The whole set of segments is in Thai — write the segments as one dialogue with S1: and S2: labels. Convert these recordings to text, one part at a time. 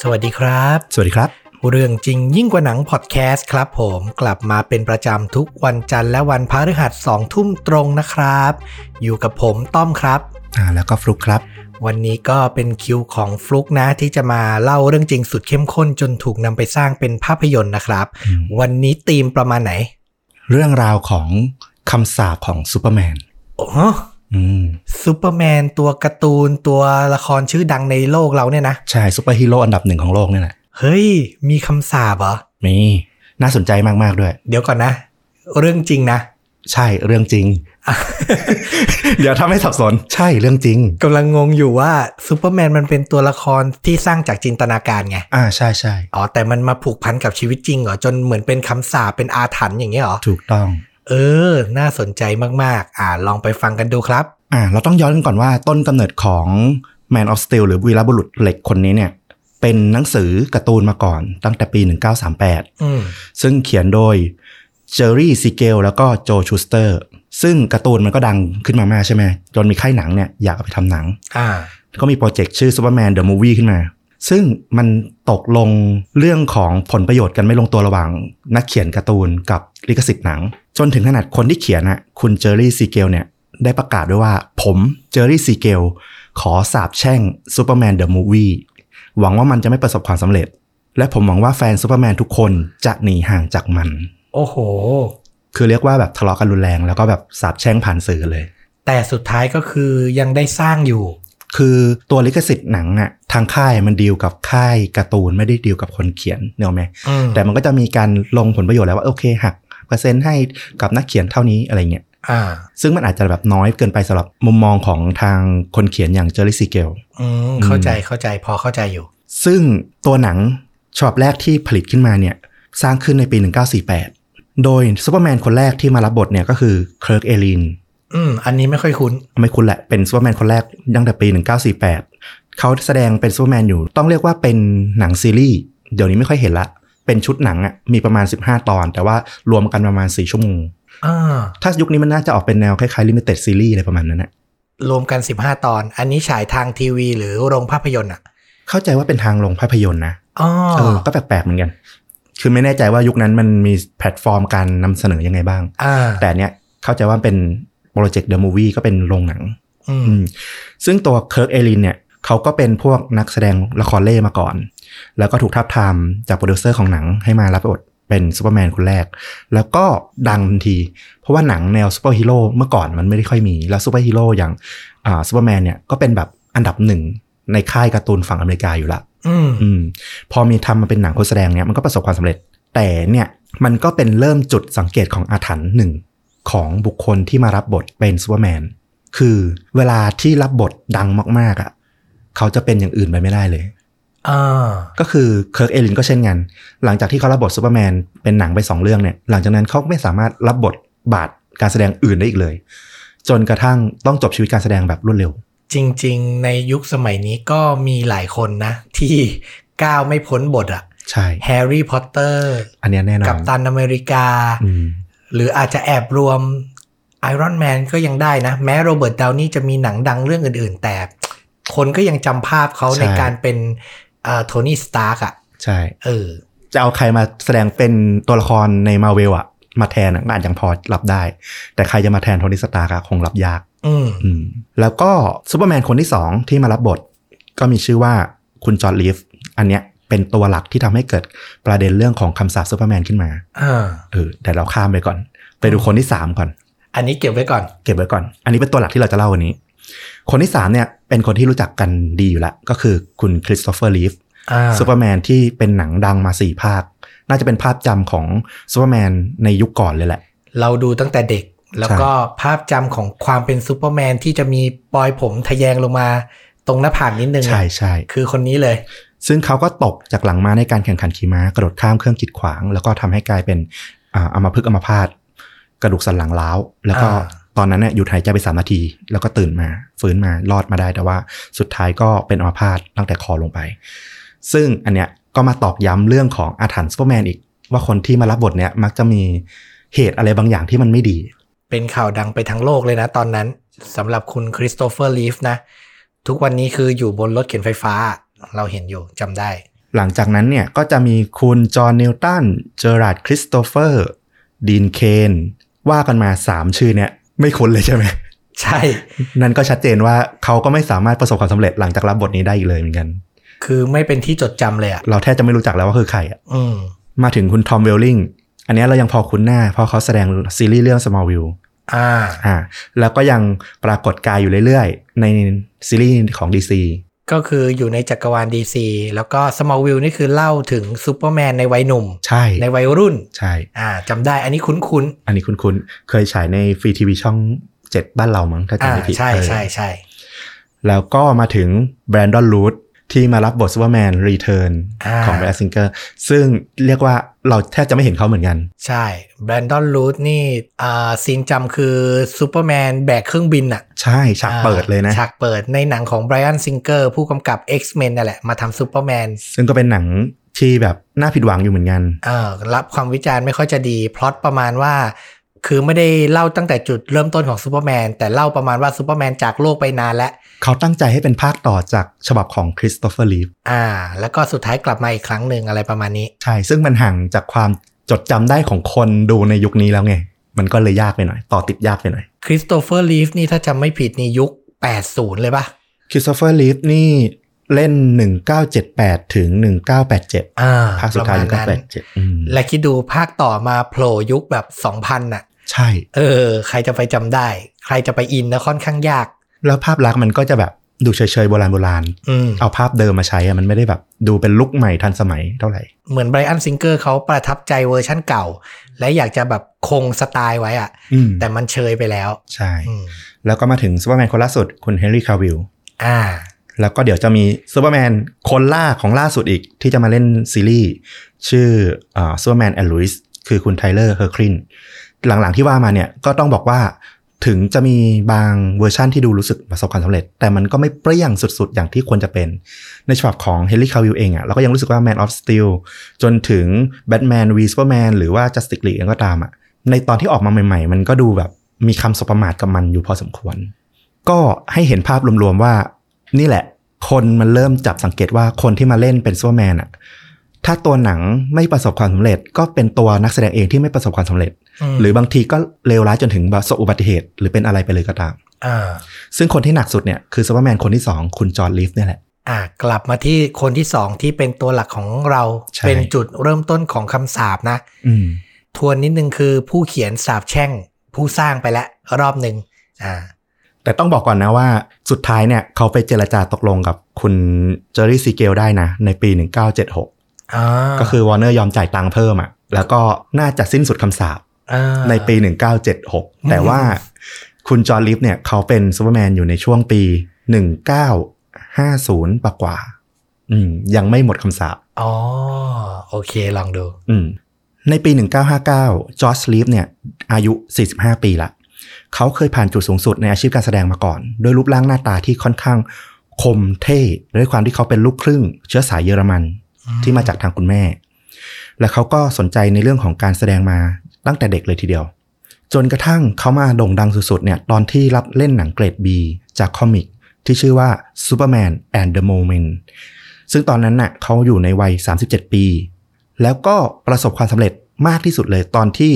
S1: สวัสดีครับ
S2: สวัสดีครับ
S1: เรื่องจริงยิ่งกว่าหนังพอดแคสต์ครับผมกลับมาเป็นประจำทุกวันจันทร์และวันพฤหัสสองทุ่มตรงนะครับ อยู่กับผมต้อมครับ
S2: อ่า แล้วก็ฟลุกครับ
S1: วันนี้ก็เป็นคิวของฟลุกนะที่จะมาเล่าเรื่องจริงสุดเข้มข้นจนถูกนำไปสร้างเป็นภาพยนตร์นะครับ
S2: อืม
S1: วันนี้ธีมประมาณไหน
S2: เรื่องราวของคำสาปของซูเปอร์แมน
S1: อ๋อ
S2: อืม
S1: ซูเปอร์แมนตัวการ์ตูนตัวละครชื่อดังในโลกเราเนี่ยนะ
S2: ใช่ซูเปอร์ฮีโร่อันดับหนึ่งของโลกเนี่ยแหละ
S1: เฮ้ย มีคำสาบเหรอ
S2: มีน่าสนใจมาก ๆ ด้วย
S1: เดี๋ยวก่อนนะ เรื่องจริงนะ
S2: ใช่เรื่องจ ริง เดี๋ยวทำให้สับสน ใช่เรื่องจริง
S1: กำลังงงอยู่ว่าซูเปอร์แมนมันเป็นตัวละครที่สร้างจากจินตนาการไง
S2: อ่า ใช่ใช่
S1: อ๋อ แต่มันมาผูกพันกับชีวิตจริงเหรอ จนเหมือนเป็นคำสาปเป็นอาถรรพ์อย่างเงี้ยเหรอ
S2: ถูกต้อง
S1: เออ น่าสนใจมากๆ อ่า ลองไปฟังกันดูครับ
S2: อ่า เราต้องย้อนกันก่อนว่าต้นกำเนิดของ Man of Steel หรือวีรบุรุษเหล็กคนนี้เนี่ย เป็นหนังสือการ์ตูนมาก่อนตั้งแต่ปี 1938
S1: อืม
S2: ซึ่งเขียนโดยเจอรี่ซีเกลแล้วก็โจชูสเตอร์ ซึ่งการ์ตูนมันก็ดังขึ้นมามากใช่ไหมจนมีค่ายหนังเนี่ยอยากเอาไปทำหนัง
S1: อ่า
S2: ก็มีโปรเจกต์ชื่อซูเปอร์แมนเดอะมูวี่ขึ้นมา ซึ่งมันตกลงเรื่องของผลประโยชน์กันไม่ลงตัวระหว่าง นักเขียนการ์ตูนกับลิขสิทธิ์หนัง จนถึงขนาดคนที่เขียนอ่ะคุณเจอรี่ซีเกลเนี่ยได้ประกาศด้วยว่า ผมเจอรี่ซีเกลขอสาบแช่งซูเปอร์แมนเดอะมูวี่หวังว่ามันจะไม่ประสบความสำเร็จ และผมหวังว่าแฟนซูเปอร์แมนทุกคนจะหนีห่างจากมัน
S1: โอ้โห
S2: คือเรียกว่าแบบทะเลาะกันรุนแรงแล้วก็แบบสาบแช่งผ่านสื่อเลย
S1: แต่สุดท้ายก็คือยังได้สร้างอยู่
S2: คือตัวลิขสิทธิ์หนังอะทางค่ายมันดีลกับค่ายการ์ตูนไม่ได้ดีลกับคนเขียนเนกอะไหม
S1: อืม
S2: แต่มันก็จะมีการลงผลประโยชน์แล้วว่าโอเคหักเปอร์เซ็นต์ให้กับนักเขียนเท่านี้อะไรเงี้ย
S1: อ่า
S2: ซึ่งมันอาจจะแบบน้อยเกินไปสำหรับมุมมองของทางคนเขียนอย่างเจอริซีเกล
S1: อืม เข้าใจ เข้าใจ พอเข้าใจอยู่
S2: ซึ่งตัวหนังฉบับแรกที่ผลิตขึ้นมาเนี่ยสร้างขึ้นในปี 1948 โดยซูเปอร์แมนคนแรกที่มารับบทเนี่ยก็คือเคิร์กเอลิน
S1: อืม อันนี้ไม่ค่อยคุ้น
S2: ไม่คุ้นแหละ เป็นซูเปอร์แมนคนแรกตั้งแต่ปี 1948 เขาแสดงเป็นซูเปอร์แมนอยู่ ต้องเรียกว่าเป็นหนังซีรีส์ เดี๋ยวนี้ไม่ค่อยเห็นละ เป็นชุดหนังอะมีประมาณ 15 ตอน แต่ว่ารวมกันประมาณ 4 ชั่วโมง
S1: อ่า
S2: ถ้ายุคนี้มันน่าจะออกเป็นแนวคล้ายๆลิมิเต็ดซีรีส์อะไรประมาณนั้นนะ
S1: รวมกัน 15 ตอน อันนี้ฉายทางทีวี หรือโรงภาพยนตร์อ่ะ
S2: เข้าใจว่าเป็นทางลงภาพยนตร์นะ
S1: อ๋อ
S2: เออ ก็แปลกๆเหมือนกัน คือไม่แน่ใจว่ายุคนั้นมันมีแพลตฟอร์มการนำเสนอยังไงบ้าง
S1: อ่า
S2: แต่เนี้ยเข้าใจว่าเป็นโปรเจกต์เดอะมูวี่ก็เป็นโรงหนัง
S1: อืม
S2: อืมซึ่งตัวเคิร์กเอลินเนี่ยเขาก็เป็นพวกนักแสดงละครเล่มาก่อน แล้วก็ถูกทับทามจากโปรดิวเซอร์ของหนังให้มารับบทเป็นซูเปอร์แมนคนแรก แล้วก็ดังทันที เพราะว่าหนังแนวซูเปอร์ฮีโร่เมื่อก่อนมันไม่ได้ค่อยมี แล้วซูเปอร์ฮีโร่อย่างอ่าซูเปอร์แมนเนี่ยก็เป็นแบบอันดับหนึ่งในค่ายการ์ตูนฝั่งอเมริกาอยู่ละ
S1: อืม
S2: อืมพอมีทำมาเป็นหนังคนแสดงเนี่ยมันก็ประสบความสำเร็จ แต่เนี่ยมันก็เป็นเริ่มจุดสังเกตของอาถรรพ์หนึ่งของบุคคลที่มารับบทเป็นซูเปอร์แมนคือเวลาที่รับบทดังมากๆอะ่ะเขาจะเป็นอย่างอื่นไปไม่ได้เลย
S1: อ่า
S2: ก็คือเคิร์กเอลินก็เช่นกัน หลังจากที่เขารับบทซูเปอร์แมนเป็นหนังไปสองเรื่องเนี่ยหลังจากนั้นเขาไม่สามารถรับบทบาทการแสดงอื่นได้อีกเลย จนกระทั่งต้องจบชีวิตการแสดงแบบรวดเร็ว
S1: จริงๆ ในยุคสมัยนี้ก็มีหลายคนนะ ที่ก้าวไม่พ้นบทอะ
S2: ใช่
S1: แฮร์รี่พอตเตอร์
S2: อันเนี้ยแน่นอน
S1: กับตันอเมริกา
S2: อืม
S1: หรืออาจจะแอบรวมไอรอนแมนก็ยังได้นะ แม้โรเบิร์ตดาวนี่จะมีหนังดังเรื่องอื่นๆ แต่ คนก็ยังจำภาพเขา
S2: ใช่
S1: ในการเป็นโทนี่สตาร์กอะ
S2: ใช่
S1: เออ
S2: จะเอาใครมาแสดงเป็นตัวละครในมาเวลอะมาแทนอะก็อาจยังพอรับได้ แต่ใครจะมาแทนโทนี่สตาร์กอะคงรับยาก
S1: อืม
S2: อืมแล้วก็ซูเปอร์แมนคนที่ 2 ที่มารับบท ก็มีชื่อว่าคุณจอร์ดลีฟอันเนี้ยเป็นตัวหลักที่ทำให้เกิดประเด็นเรื่องของคำสาปซูเปอร์แมนขึ้นมา
S1: อ่า
S2: เออแต่เราข้ามไปก่อน ไปดูคนที่ 3 ก่อน
S1: อันนี้เก็บไว้ก่อน
S2: เก็บไว้ก่อน อันนี้เป็นตัวหลักที่เราจะเล่าวันนี้ คนที่ 3 เนี่ยเป็นคนที่รู้จักกันดีอยู่แล้วก็คือคุณคริสโตเฟอร์ลีฟ
S1: อ่า
S2: ซูเปอร์แมนที่เป็นหนังดังมาสี่ภาค น่าจะเป็นภาพจำของซูเปอร์แมนในยุคก่อนเลยแหละ
S1: เราดูตั้งแต่เด็ก แล้วก็ภาพจำของความเป็นซูเปอร์แมนที่จะมีปลอยผมทะแยงลงมาตรงหน้าผากนิดนึงอะ
S2: ใช่ใช่
S1: คือคนนี้เลย
S2: ซึ่งเขาก็ตกจากหลังมาในการแข่งขันขี่ม้ากระโดดข้ามเครื่องกีดขวาง แล้วก็ทำให้กลายเป็นอ่าอัมพฤกษ์อัมพาตกระดูกสันหลังล้าว แล้วก็
S1: อ่า
S2: ตอนนั้นเนี่ยหยุดหายใจไปสามนาที แล้วก็ตื่นมาฟื้นมารอดมาได้แต่ว่าสุดท้ายก็เป็นอัมพาตตั้งแต่คอลงไป ซึ่งอันเนี้ยก็มาตอกย้ำเรื่องของอาถรรพ์ซูเปอร์แมนอีก ว่าคนที่มารับบทเนี่ยมักจะมีเหตุอะไรบางอย่างที่มันไม่ดี
S1: เป็นข่าวดังไปทั้งโลกเลยนะตอนนั้นสำหรับคุณคริสโตเฟอร์ลีฟนะ ทุกวันนี้คืออยู่บนรถเข็นไฟฟ้า เราเห็นอยู่จำได้
S2: หลังจากนั้นเนี่ยก็จะมีคุณจอห์นนิวตัน เจอราร์ดคริสโตเฟอร์ ดีนเคน ว่ากันมา 3 ชื่อเนี่ยไม่คุ้นเลยใช่ไหม
S1: ใช่
S2: นั่นก็ชัดเจนว่าเขาก็ไม่สามารถประสบความสำเร็จหลังจากรับบทนี้ได้อีกเลยเหมือนกัน
S1: คือไม่เป็นที่จดจำเลยอ่ะ
S2: เราแทบจะไม่รู้จักแล้วว่าคือใครอะ
S1: อืม
S2: มาถึงคุณทอมเวลลิงอันเนี้ยเรายังพอคุ้นหน้า เพราะเขาแสดงซีรีส์เรื่อง Smallville
S1: อ่า
S2: อ่าแล้วก็ยังปรากฏกายอยู่เรื่อยๆ ในซีรีส์ของ DC
S1: ก็คืออยู่ในจักรวาล DC แล้วก็ Smallville นี่คือเล่าถึงซูเปอร์แมนในวัยหนุ่ม
S2: ใช่
S1: ในวัยรุ่น
S2: ใช่
S1: อ่าจำได้อันนี้คุ้น
S2: อันนี้คุณคุณเคยฉายในฟรีทีวีช่อง 7 บ้านเรามั้งถ้า
S1: ๆอ่า
S2: จำไม่ผิด
S1: ใช่
S2: เออ
S1: ใช่ใช่
S2: แล้วก็มาถึงแบรนดอนรูทที่มารับบทซูเปอร์แมนรีเทิร์นา ของแบรซิงเกอร์ซึ่งเรียกว่าเราแทบจะไม่เห็นเขาเหมือนกัน
S1: ใช่แบรนดอนรูทนี่อ่าซีนจำคือซูเปอร์แมนแบกเครื่องบินอ่ะ
S2: ใช่ฉากเปิดเลยนะ
S1: อ่าฉากเปิดในหนังของไบรอันซิงเกอร์ผู้กำกับ X-Men นั่นแหละ มาทำซูเปอร์แมน
S2: ซึ่งก็เป็นหนังที่แบบน่าผิดหวังอยู่เหมือนกัน
S1: เอ่อรับความวิจารณ์ไม่ค่อยจะดี พล็อตประมาณว่า คือไม่ได้เล่าตั้งแต่จุดเริ่มต้นของซูเปอร์แมนแต่เล่าประมาณว่าซูเปอร์แมนจากโลกไปนานแล้ว
S2: เขาตั้งใจให้เป็นภาคต่อจากฉบับของคริสโตเฟอร์ลีฟ
S1: อ่า แล้วก็สุดท้ายกลับมาอีกครั้งหนึ่งอะไรประมาณนี้
S2: ใช่ ซึ่งมันห่างจากความจดจำได้ของคนดูในยุคนี้แล้วไง มันก็เลยยากไปหน่อย ต่อติดยากไปหน่อย
S1: คริสโตเฟอร์ลีฟนี่ถ้าจำไม่ผิดนี่ยุค 80 เลยปะ
S2: คริสโตเฟอร์ลีฟนี่เล่น 1978 ถึง 1987
S1: อ่า
S2: ภาคสุดท้าย
S1: ประมณนั้น
S2: 1987อืม
S1: และคิดดูภาคต่อมาโผล่ยุคแบบ 2,000น่ะ
S2: ใช่
S1: เออ ใครจะไปจำได้ ใครจะไปอินนะค่อนข้างยาก
S2: แล้วภาพลักษณ์มันก็จะแบบดูเฉยๆโบราณโบราณ
S1: อืม
S2: เอาภาพเดิมมาใช้อะมันไม่ได้แบบดูเป็นลุคใหม่ทันสมัยเท่าไหร่
S1: เหมือนไบรอันซิงเกอร์เขาประทับใจเวอร์ชั่นเก่า และอยากจะแบบคงสไตล์ไว้อะ
S2: อืม
S1: แต่มันเชยไปแล้ว
S2: ใช่
S1: อืม
S2: แล้วก็มาถึงซูเปอร์แมนคนล่าสุดคุณเฮนรี่คาวิล
S1: อ่า
S2: แล้วก็เดี๋ยวจะมีซูเปอร์แมนคนล่าของล่าสุดอีก ที่จะมาเล่นซีรีส์ชื่อซูเปอร์แมนแอนด์ลุยส์คือคุณไทเลอร์เฮอร์ครินหลังๆที่ว่ามาเนี่ยก็ต้องบอกว่าถึงจะมีบางเวอร์ชั่นที่ดูรู้สึกประสบความสำเร็จ แต่มันก็ไม่เปรี้ยงสุดๆ อย่างที่ควรจะเป็น ในฉบับของเฮนรี่คาวิลเองอะ่ะเราก็ยังรู้สึกว่า Man of Steel จนถึง Batman v Superman หรือว่า Justice League เองก็ตามอะ่ะในตอนที่ออกมาใหม่ๆ มันก็ดูแบบมีคำสบประมาทกับมันอยู่พอสมควร ก็ให้เห็นภาพรวมๆว่า นี่แหละ คนมันเริ่มจับสังเกตว่าคนที่มาเล่นเป็นซูเปอร์แมนอะถ้าตัวหนังไม่ประสบความสำเร็จ ก็เป็นตัวนักแสดงเองที่ไม่ประสบความสำเร็จ
S1: ม
S2: หรือบางทีก็เลวร้ายจนถึงประสบอุบัติเหตุ หรือเป็นอะไรไปเลยก็ตาม
S1: อ่า
S2: ซึ่งคนที่หนักสุดเนี่ยคือซูเปอร์แมนคนที่ 2 คุณจอร์นลิฟเนี่ยแหละ
S1: อ่ะกลับมาที่คนที่สองที่เป็นตัวหลักของเรา
S2: ใช่
S1: เป็นจุดเริ่มต้นของคำสาปนะ
S2: อืม
S1: ทวนนิดนึงคือผู้เขียนสาปแช่ง ผู้สร้างไปแล้วรอบหนึ่งอ่า
S2: แต่ต้องบอกก่อนนะว่าสุดท้ายเนี่ยเขาไปเจรจาตกลงกับคุณเจอร์รี่ซีเกลได้นะ ในปี 1976
S1: อ่า
S2: ก็คือวอร์เนอร์ยอมจ่ายตังค์เพิ่มอะแล้วก็น่าจะสิ้นสุดคำสาป
S1: า
S2: ในปี 1976 แต่
S1: อืม
S2: ว่าคุณจอร์นลิฟเนี่ยเขาเป็นซูเปอร์แมนอยู่ในช่วงปี 1950ปะกว่าๆอืมยังไม่หมดคำสาป
S1: อ๋อ โอเคลองดู
S2: อืมในปี 1959 จอร์จลิฟเนี่ยอายุ 45 ปีละเขาเคยผ่านจุดสูงสุดในอาชีพการแสดงมาก่อน ด้วยรูปร่างหน้าตาที่ค่อนข้างคมเท่ด้วยความที่เขาเป็นลูกครึ่ง เชื้อสายเยอรมัน ที่มาจากทางคุณแม่ และเขาก็สนใจในเรื่องของการแสดงมาตั้งแต่เด็กเลยทีเดียว จนกระทั่งเขามาโด่งดังสุดๆเนี่ยตอนที่รับเล่นหนังเกรด B จากคอมิกที่ชื่อว่า Superman and the Moment ซึ่งตอนนั้นน่ะเขาอยู่ในวัย 37 ปี แล้วก็ประสบความสำเร็จมากที่สุดเลยตอนที่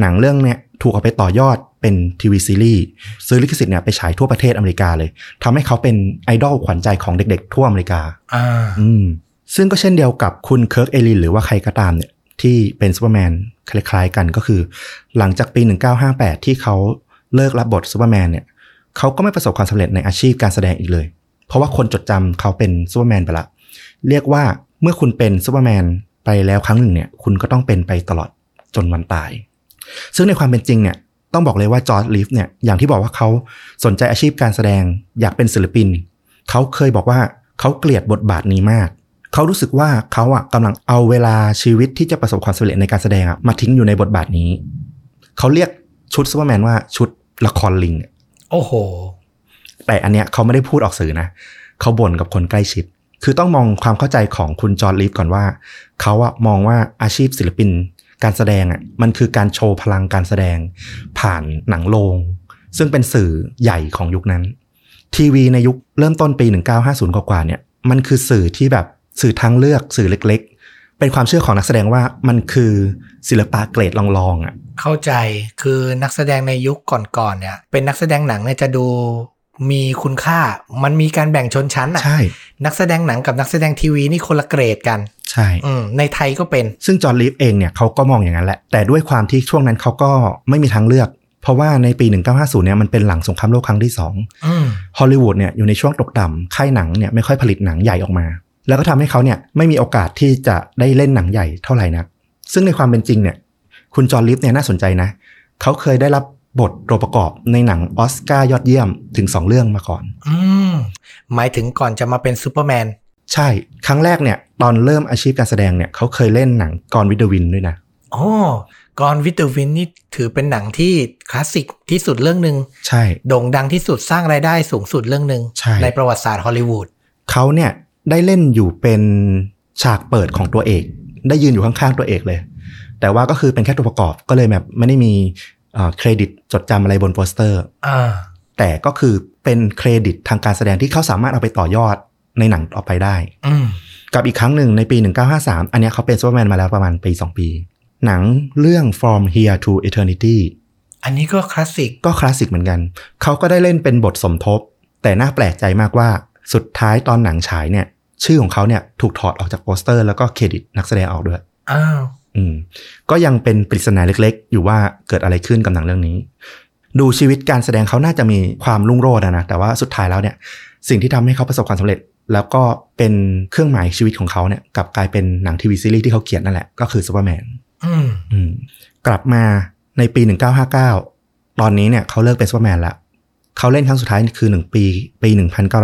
S2: หนังเรื่องเนี่ยถูกเอาไปต่อยอดเป็นทีวีซีรีส์ซื้อลิขสิทธิ์เนี่ยไปฉายทั่วประเทศอเมริกาเลยทำให้เขาเป็นไอดอลขวัญใจของเด็กๆ ทั่วอเมริกา
S1: อ่า
S2: อืมซึ่งก็เช่นเดียวกับคุณเคิร์กเอลินหรือว่าใครก็ตามเนี่ยที่เป็นซูเปอร์แมนคล้ายๆกันก็คือ หลังจากปี 1958 ที่เขาเลิกรับบทซูเปอร์แมนเนี่ยเขาก็ไม่ประสบความสำเร็จในอาชีพการแสดงอีกเลย เพราะว่าคนจดจำเขาเป็นซูเปอร์แมนไปละ เรียกว่าเมื่อคุณเป็นซูเปอร์แมนไปแล้วครั้งหนึ่งเนี่ยคุณก็ต้องเป็นไปตลอดจนวันตาย ซึ่งในความเป็นจริงเนี่ยต้องบอกเลยว่าจอร์ดลิฟเนี่ยอย่างที่บอกว่าเขาสนใจอาชีพการแสดงอยากเป็นศิลปิน เขาเคยบอกว่าเขาเกลียดบทบาทนี้มาก เขารู้สึกว่าเขาอะกำลังเอาเวลาชีวิตที่จะประสบความสำเร็จในการแสดงอะมาทิ้งอยู่ในบทบาทนี้ เขาเรียกชุดซูเปอร์แมนว่าชุดละครลิงอะ
S1: โอ้โห
S2: แต่อันเนี้ยเขาไม่ได้พูดออกสื่อนะ เขาบ่นกับคนใกล้ชิด คือต้องมองความเข้าใจของคุณจอร์ดลีฟก่อนว่า เขาอะมองว่าอาชีพศิลปิน การแสดงอะมันคือการโชว์พลังการแสดง ผ่านหนังโรงซึ่งเป็นสื่อใหญ่ของยุคนั้น ทีวีในยุคเริ่มต้นปี 1950 กว่าๆเนี่ยมันคือสื่อที่แบบ สื่อทางเลือกสื่อเล็กๆ เป็นความเชื่อของนักแสดงว่ามันคือศิลปะเกรดลองๆอ่ะ
S1: เข้าใจคือนักแสดงในยุคก่อนๆเนี่ย เป็นนักแสดงหนังเนี่ยจะดูมีคุณค่า มันมีการแบ่งชนชั้นอะ
S2: ใช่
S1: นักแสดงหนังกับนักแสดงทีวีนี่คนละเกรดกัน
S2: ใช่
S1: อืมในไทยก็เป็น
S2: ซึ่งจอห์นลีฟเองเนี่ยเขาก็มองอย่างนั้นแหละ แต่ด้วยความที่ช่วงนั้นเขาก็ไม่มีทางเลือก เพราะว่าในปี 1950 เนี่ยมันเป็นหลังสงครามโลกครั้งที่
S1: อืม
S2: 2 ฮอลลีวูดเนี่ยอยู่ในช่วงตกต่ำค่ายหนังเนี่ยไม่ค่อยผลิตหนังใหญ่ออกมา แล้วก็ทำให้เขาเนี่ยไม่มีโอกาสที่จะได้เล่นหนังใหญ่เท่าไหร่นัก ซึ่งในความเป็นจริงเนี่ยคุณจอห์นลีฟเนี่ยน่าสนใจนะ เขาเคยได้รับบทตัวประกอบในหนังออสการ์ยอดเยี่ยมถึงสองเรื่องมาก่อน
S1: อืมหมายถึงก่อนจะมาเป็นซูเปอร์แมน
S2: ใช่ ครั้งแรกเนี่ยตอนเริ่มอาชีพการแสดงเนี่ยเขาเคยเล่นหนังกอนวิดวินด้วยนะ
S1: โอ้กอนวิตวินนี่ถือเป็นหนังที่คลาสสิกที่สุดเรื่องหนึ่ง
S2: ใช่
S1: โด่งดังที่สุดสร้างรายได้สูงสุดเรื่องหนึ่ง
S2: ใช่
S1: ประวัติศาสตร์ฮอลลีวูด
S2: เขาเนี่ยได้เล่นอยู่เป็นฉากเปิดของตัวเอก ได้ยืนอยู่ข้างๆตัวเอกเลย แต่ว่าก็คือเป็นแค่ตัวประกอบก็เลยแบบไม่ได้มีเอ่อเครดิตจดจำอะไรบนโปสเตอร์
S1: อ่า
S2: แต่ก็คือเป็นเครดิตทางการแสดงที่เขาสามารถเอาไปต่อยอดในหนังต่อไปได้
S1: อืม
S2: กับอีกครั้งหนึ่งในปี 1953 อันเนี้ยเขาเป็นซูเปอร์แมนมาแล้วประมาณปี 2 ปี หนังเรื่อง From Here to Eternity
S1: อันนี้ก็คลาสสิก
S2: ก็คลาสสิกเหมือนกัน เขาก็ได้เล่นเป็นบทสมทบ แต่น่าแปลกใจมากว่าสุดท้ายตอนหนังฉายเนี่ย ชื่อของเขาเนี่ยถูกถอดออกจากโปสเตอร์ แล้วก็เครดิตนักแสดงออกด้วย
S1: อ้าว
S2: อืม ก็ยังเป็นปริศนาเล็กๆ อยู่ว่าเกิดอะไรขึ้นกับหนังเรื่องนี้ ดูชีวิตการแสดงเขาน่าจะมีความรุ่งโรจน์อะนะ แต่ว่าสุดท้ายแล้วเนี่ย สิ่งที่ทำให้เขาประสบความสำเร็จ แล้วก็เป็นเครื่องหมายชีวิตของเขาเนี่ยกลับกลายเป็นหนังทีวีซีรีส์ที่เขาเขียนนั่นแหละก็คือซูเปอร์แมน
S1: อืม
S2: อืมกลับมาในปี 1959 ตอนนี้เนี่ยเขาเลิกเป็นซูเปอร์แมนละเขาเล่นครั้งสุดท้ายคือ 1 ปี ปี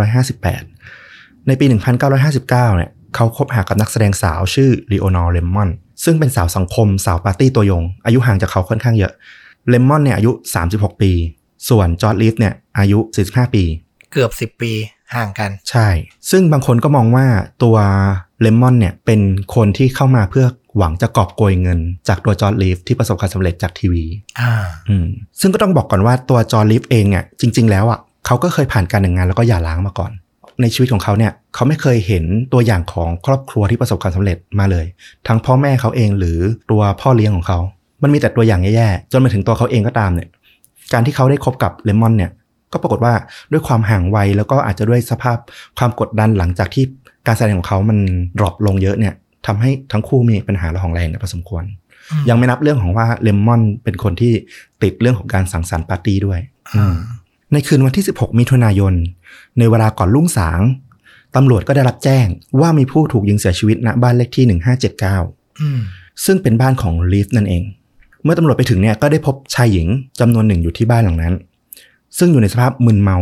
S2: 1958 ในปี 1959 เนี่ยเขาคบหากับนักแสดงสาวชื่อลีโอนอร์เลมอนซึ่งเป็นสาวสังคมสาวปาร์ตี้ตัวยง อายุห่างจากเขาค่อนข้างเยอะเลมอนเนี่ยอายุ 36 ปี ส่วนจอร์ดลีฟเนี่ยอายุ 45 ปี
S1: เกือบสิบปีห่างกัน
S2: ใช่ ซึ่งบางคนก็มองว่าตัวเลมอนเนี่ยเป็นคนที่เข้ามาเพื่อหวังจะกอบโกยเงิน จากตัวจอร์ดลีฟที่ประสบความสำเร็จจากทีวี
S1: อ่า
S2: อืมซึ่งก็ต้องบอกก่อนว่าตัวจอร์ดลีฟเองเนี่ยจริง ๆ แล้วอ่ะเขาก็เคยผ่านการแต่งงานแล้วก็หย่าร้างมาก่อน ในชีวิตของเขาเนี่ยเขาไม่เคยเห็นตัวอย่างของครอบครัวที่ประสบความสำเร็จมาเลย ทั้งพ่อแม่เขาเองหรือตัวพ่อเลี้ยงของเขา มันมีแต่ตัวอย่างแย่ๆจนมาถึงตัวเขาเองก็ตามเนี่ย การที่เขาได้คบกับเลมอนเนี่ย ก็ปรากฏว่าด้วยความห่างวัยแล้วก็อาจจะด้วยสภาพความกดดันหลังจากที่การแสดงของเขามันดรอปลงเยอะเนี่ยทำให้ทั้งคู่มีปัญหาระหองระแรงกันพอสมควร
S1: อืม
S2: ยังไม่นับเรื่องของว่าเลมอนเป็นคนที่ติดเรื่องของการสังสรรค์ปาร์ตี้ด้วย
S1: อ่า
S2: ในคืนวันที่ 16 มิถุนายน ในเวลาก่อนรุ่งสางตำรวจก็ได้รับแจ้งว่ามีผู้ถูกยิงเสียชีวิตณบ้านเลขที่ 1579
S1: อืม
S2: ซึ่งเป็นบ้านของลีฟนั่นเอง เมื่อตำรวจไปถึงเนี่ยก็ได้พบชายหญิงจำนวนหนึ่งอยู่ที่บ้านหลังนั้น ซึ่งอยู่ในสภาพมึนเมา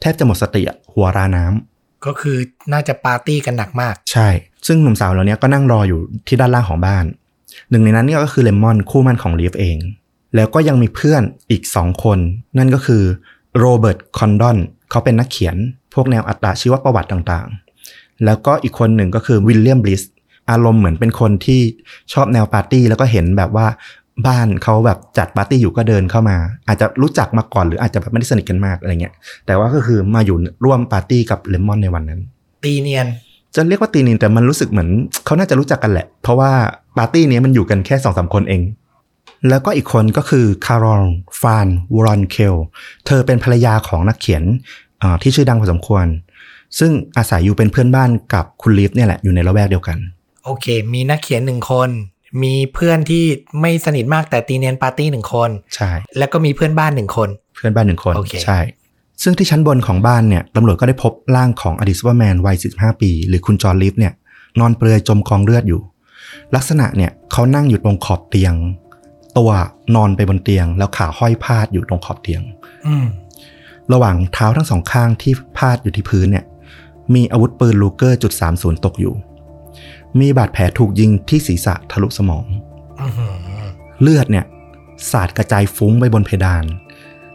S2: แทบจะหมดสติอะหัวราน้ำ
S1: ก็คือน่าจะปาร์ตี้กันหนักมาก
S2: ใช่ ซึ่งหนุ่มสาวเหล่านี้ก็นั่งรออยู่ที่ด้านล่างของบ้าน หนึ่งในนั้นเนี่ยก็คือเลมอนคู่หมั่นของลีฟเอง แล้วก็ยังมีเพื่อนอีกสองคน นั่นก็คือโรเบิร์ตคอนดอนเขาเป็นนักเขียน พวกแนวอัตราชีวประวัติต่างๆ แล้วก็อีกคนหนึ่งก็คือวิลเลียมบลิส อารมณ์เหมือนเป็นคนที่ชอบแนวปาร์ตี้แล้วก็เห็นแบบว่าบ้านเขาแบบจัดปาร์ตี้อยู่ก็เดินเข้ามา อาจจะรู้จักมาก่อนหรืออาจจะแบบไม่ได้สนิทกันมากอะไรเงี้ยแต่ว่าก็คือมาอยู่ร่วมปาร์ตี้กับเลมอนในวันนั้น
S1: ตีเนียน
S2: จะเรียกว่าตีนินแต่มันรู้สึกเหมือน เขาน่าจะรู้จักกันแหละ เพราะว่าปาร์ตี้เนี้ยมันอยู่กันแค่สองสามคนเอง แล้วก็อีกคนก็คือคารอลฟานวอรอนเคลเธอเป็นภรรยาของนักเขียนอ่าที่ชื่อดังพอสมควร ซึ่งอาศัยอยู่เป็นเพื่อนบ้านกับคุณลีฟเนี่ยแหละอยู่ในละแวกเดียวกัน
S1: โอเค มีนักเขียนหนึ่งคน มีเพื่อนที่ไม่สนิทมากแต่ตีเนียนปาร์ตี้หนึ่งคน
S2: ใช่
S1: แล้วก็มีเพื่อนบ้านหนึ่งคน
S2: เพื่อนบ้านหนึ่งคน
S1: โอเค
S2: ใช่ ซึ่งที่ชั้นบนของบ้านเนี่ยตำรวจก็ได้พบร่างของอดีตซูเปอร์แมนวัย 15 ปี หรือคุณจอร์นลิฟเนี่ยนอนเปลือยจมกองเลือดอยู่ ลักษณะเนี่ยเขานั่งอยู่ตรงขอบเตียง ตัวนอนไปบนเตียง แล้วขาห้อยพาดอยู่ตรงขอบเตียง
S1: อืม
S2: ระหว่างเท้าทั้งสองข้างที่พาดอยู่ที่พื้นเนี่ยมีอาวุธปืนลูเกอร์จุด30ตกอยู่ มีบาดแผลถูกยิงที่ศีรษะทะลุสมอง
S1: อื้อหือ
S2: เลือดเนี่ยสาดกระจายฟุ้งไปบนเพดาน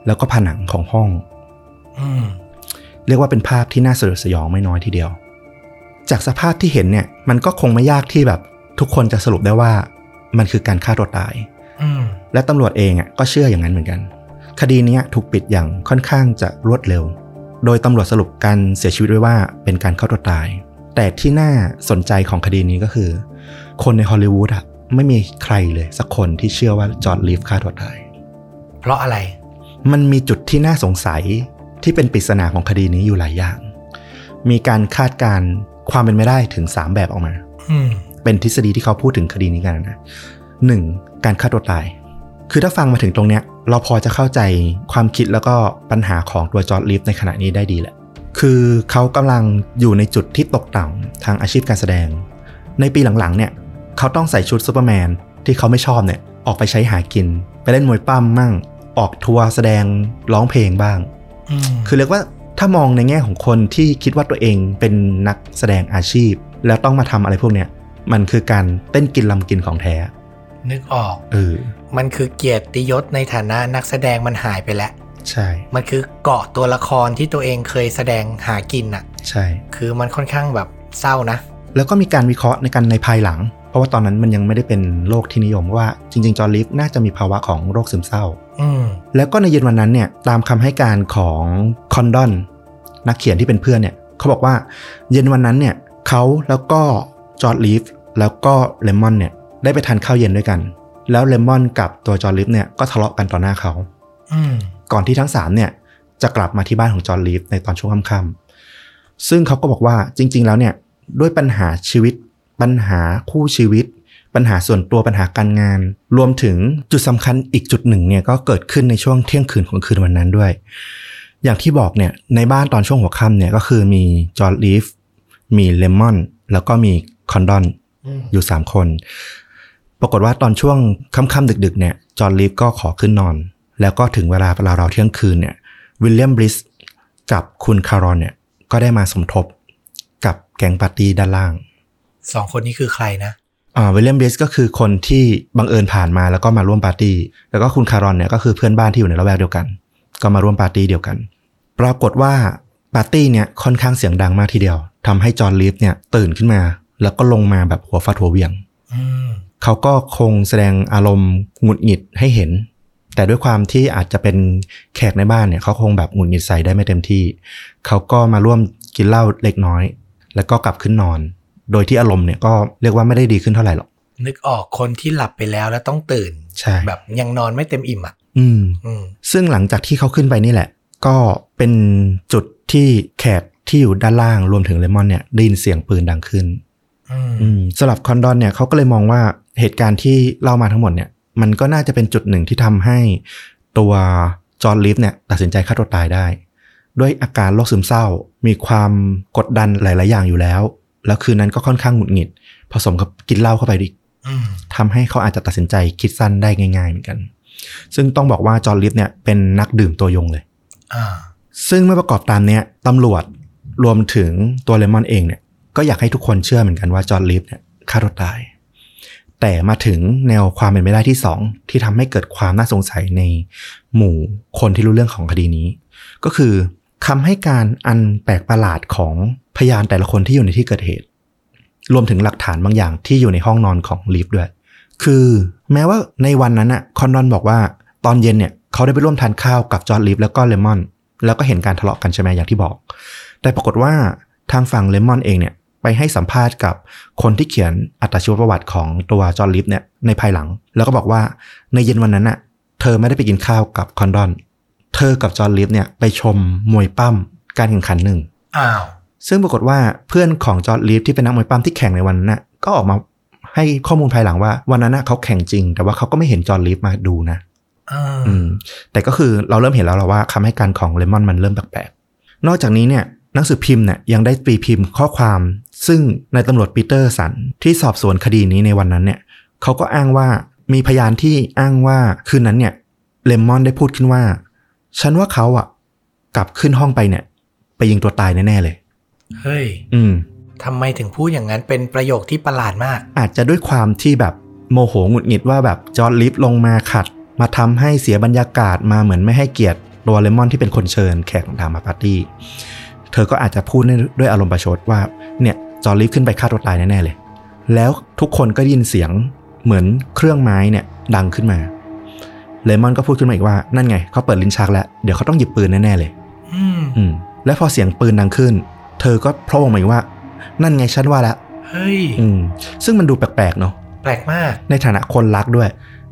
S2: แล้วก็ผนังของห้อง
S1: อืม
S2: เรียกว่าเป็นภาพที่น่าสยดสยองไม่น้อยทีเดียว จากสภาพที่เห็นเนี่ยมันก็คงไม่ยากที่แบบทุกคนจะสรุปได้ว่ามันคือการฆ่าตัวตาย
S1: อืม
S2: และตำรวจเองอ่ะก็เชื่ออย่างนั้นเหมือนกัน คดีเนี้ยถูกปิดอย่างค่อนข้างจะรวดเร็ว โดยตำรวจสรุปการเสียชีวิตไว้ว่าเป็นการฆ่าตัวตาย แต่ที่น่าสนใจของคดีนี้ก็คือ คนในฮอลลีวูดอะไม่มีใครเลยสักคนที่เชื่อว่าจอร์ดลีฟฆ่าตัวตาย
S1: เพราะอะไร
S2: มันมีจุดที่น่าสงสัยที่เป็นปริศนาของคดีนี้อยู่หลายอย่าง มีการคาดการณ์ความเป็นไม่ได้ถึง 3 แบบออกมา
S1: อืม
S2: เป็นทฤษฎีที่เขาพูดถึงคดีนี้กันนะหนึ่งการฆ่าตัวตาย คือถ้าฟังมาถึงตรงเนี้ย เราพอจะเข้าใจความคิดแล้วก็ปัญหาของตัวจอร์ดลิฟในขณะนี้ได้ดีแหละ คือเขากำลังอยู่ในจุดที่ตกต่ำทางอาชีพการแสดง ในปีหลังๆเนี่ย เขาต้องใส่ชุดซูเปอร์แมนที่เขาไม่ชอบเนี่ย ออกไปใช้หากิน ไปเล่นมวยปั้มมั่ง ออกทัวร์แสดงร้องเพลงบ้าง
S1: อืม
S2: คือเรียกว่าถ้ามองในแง่ของคนที่คิดว่าตัวเองเป็นนักแสดงอาชีพ แล้วต้องมาทำอะไรพวกเนี้ยมันคือการเต้นกินลำกินของแท้
S1: นึกออก
S2: เออ
S1: มันคือเกียรติยศในฐานะนักแสดงมันหายไปแล้ว
S2: ใช่
S1: มันคือเกาะตัวละครที่ตัวเองเคยแสดงหากินน่ะ
S2: ใช่
S1: คือมันค่อนข้างแบบเศร้านะ
S2: แล้วก็มีการวิเคราะห์ในการในภายหลัง เพราะว่าตอนนั้นมันยังไม่ได้เป็นโรคที่นิยมว่าจริง ๆ จอร์นลิฟน่าจะมีภาวะของโรคซึมเศร้า
S1: อืม
S2: แล้วก็ในเย็นวันนั้นเนี่ยตามคำให้การของคอนดอนนักเขียนที่เป็นเพื่อนเนี่ยเขาบอกว่าเย็นวันนั้นเนี่ยเขาแล้วก็จอร์ดลีฟแล้วก็เลมอนเนี่ยได้ไปทานข้าวเย็นด้วยกัน แล้วเลมอนกับตัวจอร์ดลีฟเนี่ยก็ทะเลาะกันต่อหน้าเขา
S1: อืม
S2: ก่อนที่ทั้งสามเนี่ยจะกลับมาที่บ้านของจอร์ดลีฟในตอนช่วงค่ำๆซึ่งเขาก็บอกว่าจริง ๆ แล้วเนี่ยด้วยปัญหาชีวิต ปัญหาคู่ชีวิต ปัญหาส่วนตัวปัญหาการงาน รวมถึงจุดสำคัญอีกจุดหนึ่งเนี่ยก็เกิดขึ้นในช่วงเที่ยงคืนของคืนวันนั้นด้วย อย่างที่บอกเนี่ยในบ้านตอนช่วงหัวค่ำเนี่ยก็คือมีจอร์ดลีฟมีเลมอนแล้วก็มีคอนดอน
S1: อืม
S2: อยู่ 3 คน ปรากฏว่าตอนช่วงค่ำๆดึกๆเนี่ย จอห์นลีฟก็ขอขึ้นนอน แล้วก็ถึงเวลาราวๆเที่ยงคืนเนี่ย วิลเลียมบริสกับคุณคารอนเนี่ย ก็ได้มาสมทบกับแก๊งปาร์ตี้ด้านล่าง
S1: สองคนนี้คือใครนะ
S2: อ่าวิลเลียมบริสก็คือคนที่บังเอิญผ่านมาแล้วก็มาร่วมปาร์ตี้ แล้วก็คุณคารอนเนี่ยก็คือเพื่อนบ้านที่อยู่ในละแวกเดียวกัน ก็มาร่วมปาร์ตี้เดียวกัน ปรากฏว่าปาร์ตี้เนี่ยค่อนข้างเสียงดังมากทีเดียวทำให้จอห์นลีฟเนี่ยตื่นขึ้นมา แล้วก็ลงมาแบบหัวฟาดหัวเหวียง
S1: อืม
S2: เขาก็คงแสดงอารมณ์หงุดหงิดให้เห็น แต่ด้วยความที่อาจจะเป็นแขกในบ้านเนี่ยเขาคงแบบหงุดหงิดใส่ได้ไม่เต็มที่ เขาก็มาร่วมกินเหล้าเล็กน้อย แล้วก็กลับขึ้นนอน โดยที่อารมณ์เนี่ยก็เรียกว่าไม่ได้ดีขึ้นเท่าไหร่หรอก
S1: นึกออกคนที่หลับไปแล้วแล้วต้องตื่น
S2: ใช่
S1: แบบยังนอนไม่เต็มอิ่มอ่ะ
S2: อืม
S1: อืม
S2: ซึ่งหลังจากที่เขาขึ้นไปนี่แหละ ก็เป็นจุดที่แขกที่อยู่ด้านล่างรวมถึงเลมอนเนี่ยได้ยินเสียงปืนดังขึ้น
S1: อืม
S2: อืมสำหรับคอนดอนเนี่ยเขาก็เลยมองว่าเหตุการณ์ที่เล่ามาทั้งหมดเนี่ยมันก็น่าจะเป็นจุดหนึ่งที่ทำให้ตัวจอร์นลิฟเนี่ยตัดสินใจฆ่าตัวตายได้ ด้วยอาการโรคซึมเศร้า มีความกดดันหลาย ๆ อย่างอยู่แล้ว แล้วคืนนั้นก็ค่อนข้างหงุดหงิด ผสมกับกินเหล้าเข้าไปอีก
S1: อืม
S2: ทำให้เขาอาจจะตัดสินใจคิดสั้นได้ง่าย ๆ เหมือนกัน ซึ่งต้องบอกว่าจอร์นลิฟเนี่ยเป็นนักดื่มตัวยงเลย
S1: อ่า
S2: ซึ่งเมื่อประกอบตามเนี้ยตำรวจรวมถึงตัวเลมอนเองเนี่ยก็อยากให้ทุกคนเชื่อเหมือนกันว่าจอร์ดลิฟเนี่ยฆ่าตัวตาย แต่มาถึงแนวความเป็นไปได้ที่สองที่ทำให้เกิดความน่าสงสัยในหมู่คนที่รู้เรื่องของคดีนี้ ก็คือคำให้การอันแปลกประหลาดของพยานแต่ละคนที่อยู่ในที่เกิดเหตุ รวมถึงหลักฐานบางอย่างที่อยู่ในห้องนอนของลิฟต์ด้วย คือแม้ว่าในวันนั้นอะคอนดอนบอกว่าตอนเย็นเนี่ยเขาได้ไปร่วมทานข้าวกับจอร์ดลิฟต์แล้วก็เลมอน แล้วก็เห็นการทะเลาะกันใช่ไหมอย่างที่บอก แต่ปรากฏว่าทางฝั่งเลมอนเองเนี่ยไปให้สัมภาษณ์กับคนที่เขียนอัตชีวประวัติของตัวจอร์ดลิฟต์เนี่ยในภายหลัง แล้วก็บอกว่าในเย็นวันนั้นอะเธอไม่ได้ไปกินข้าวกับคอนดอน เธอกับจอร์ดลิฟต์เนี่ยไปชมมวยปั้มการแข่งขันหนึ่ง
S1: อ้าว
S2: ซึ่งปรากฏว่าเพื่อนของจอร์ดลีฟที่เป็นนักมวยปั้มที่แข่งในวันนั้นนะก็ออกมาให้ข้อมูลภายหลังว่าวันนั้นนะเขาแข่งจริง แต่ว่าเขาก็ไม่เห็นจอร์ดลีฟมาดูนะ
S1: อ่า
S2: อืม แต่ก็คือเราเริ่มเห็นแล้วล่ะว่าคำให้การของเลมอนมันเริ่มแปลกๆ นอกจากนี้เนี่ยหนังสือพิมพ์เนี่ยยังได้ตีพิมพ์ข้อความ ซึ่งนายตำรวจปีเตอร์สันที่สอบสวนคดีนี้ในวันนั้นเนี่ยเขาก็อ้างว่ามีพยานที่อ้างว่าคืนนั้นเนี่ยเลมอนได้พูดขึ้นว่า ฉันว่าเขาอะกลับขึ้นห้องไปเนี่ย ไปยิงตัวตายแน่ๆเลย
S1: เฮ้ย
S2: อืม
S1: ทำไมถึงพูดอย่างนั้นเป็นประโยคที่ประหลาดมาก
S2: อาจจะด้วยความที่แบบโมโหหงุดหงิดว่าแบบจอร์ดลิฟลงมาขัด มาทำให้เสียบรรยากาศมาเหมือนไม่ให้เกียรติตัวเลมอนที่เป็นคนเชิญแขกของทางมาปาร์ตี้ เธอก็อาจจะพูดด้วยด้วยอารมณ์ประชดว่าเนี่ยจอร์ดลิฟขึ้นไปฆ่าตัวตายแน่ๆเลย แล้วทุกคนก็ได้ยินเสียงเหมือนเครื่องไม้เนี่ยดังขึ้นมา เลมอนก็พูดขึ้นมาอีกว่านั่นไงเขาเปิดลิ้นชักแล้วเดี๋ยวเขาต้องหยิบปืนแน่ๆเลย
S1: อืม
S2: อืมและพอเสียงปืนดังขึ้น เธอก็พร่งออกมาอีกว่า นั่นไงฉันว่าละ
S1: เฮ้ย
S2: อืมซึ่งมันดูแปลกๆเนาะ
S1: แปลกมาก
S2: ในฐานะคนรักด้วย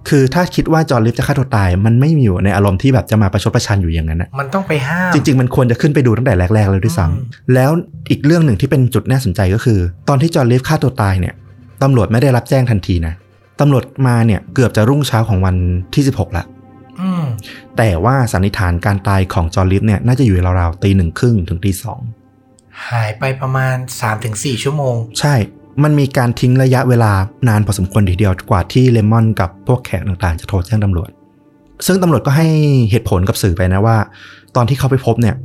S2: คือถ้าคิดว่าจอร์นลิฟจะฆ่าตัวตาย มันไม่มีอยู่ในอารมณ์ที่แบบจะมาประชดประชันอยู่อย่างนั้นนะ
S1: มันต้องไปห้าม
S2: จริง ๆ มันควรจะขึ้นไปดูตั้งแต่แรก ๆ เลยด้วยซ้
S1: อืม
S2: ำแล้วอีกเรื่องหนึ่งที่เป็นจุดน่าสนใจก็คือ ตอนที่จอร์นลิฟฆ่าตัวตายเนี่ยตำรวจไม่ได้รับแจ้งทันทีนะตำรวจมาเนี่ยเกือบจะรุ่งเช้าของวันที่ 16 ละ
S1: อืม
S2: แต่ว่าสันนิษฐานการตายของจอร์นลิฟเนี่ยน่าจะอยู่ราวๆตีหนึ่งครึ่งถึงตีสอง
S1: หายไปประมาณ 3-4 ชั่วโมง
S2: ใช่ มันมีการทิ้งระยะเวลานานพอสมควรทีเดียวกว่าที่เลมอนกับพวกแขกต่างๆ จะโทรแจ้งตำรวจ ซึ่งตำรวจก็ให้เหตุผลกับสื่อไปนะว่า ตอนที่เขาไปพบเนี่ย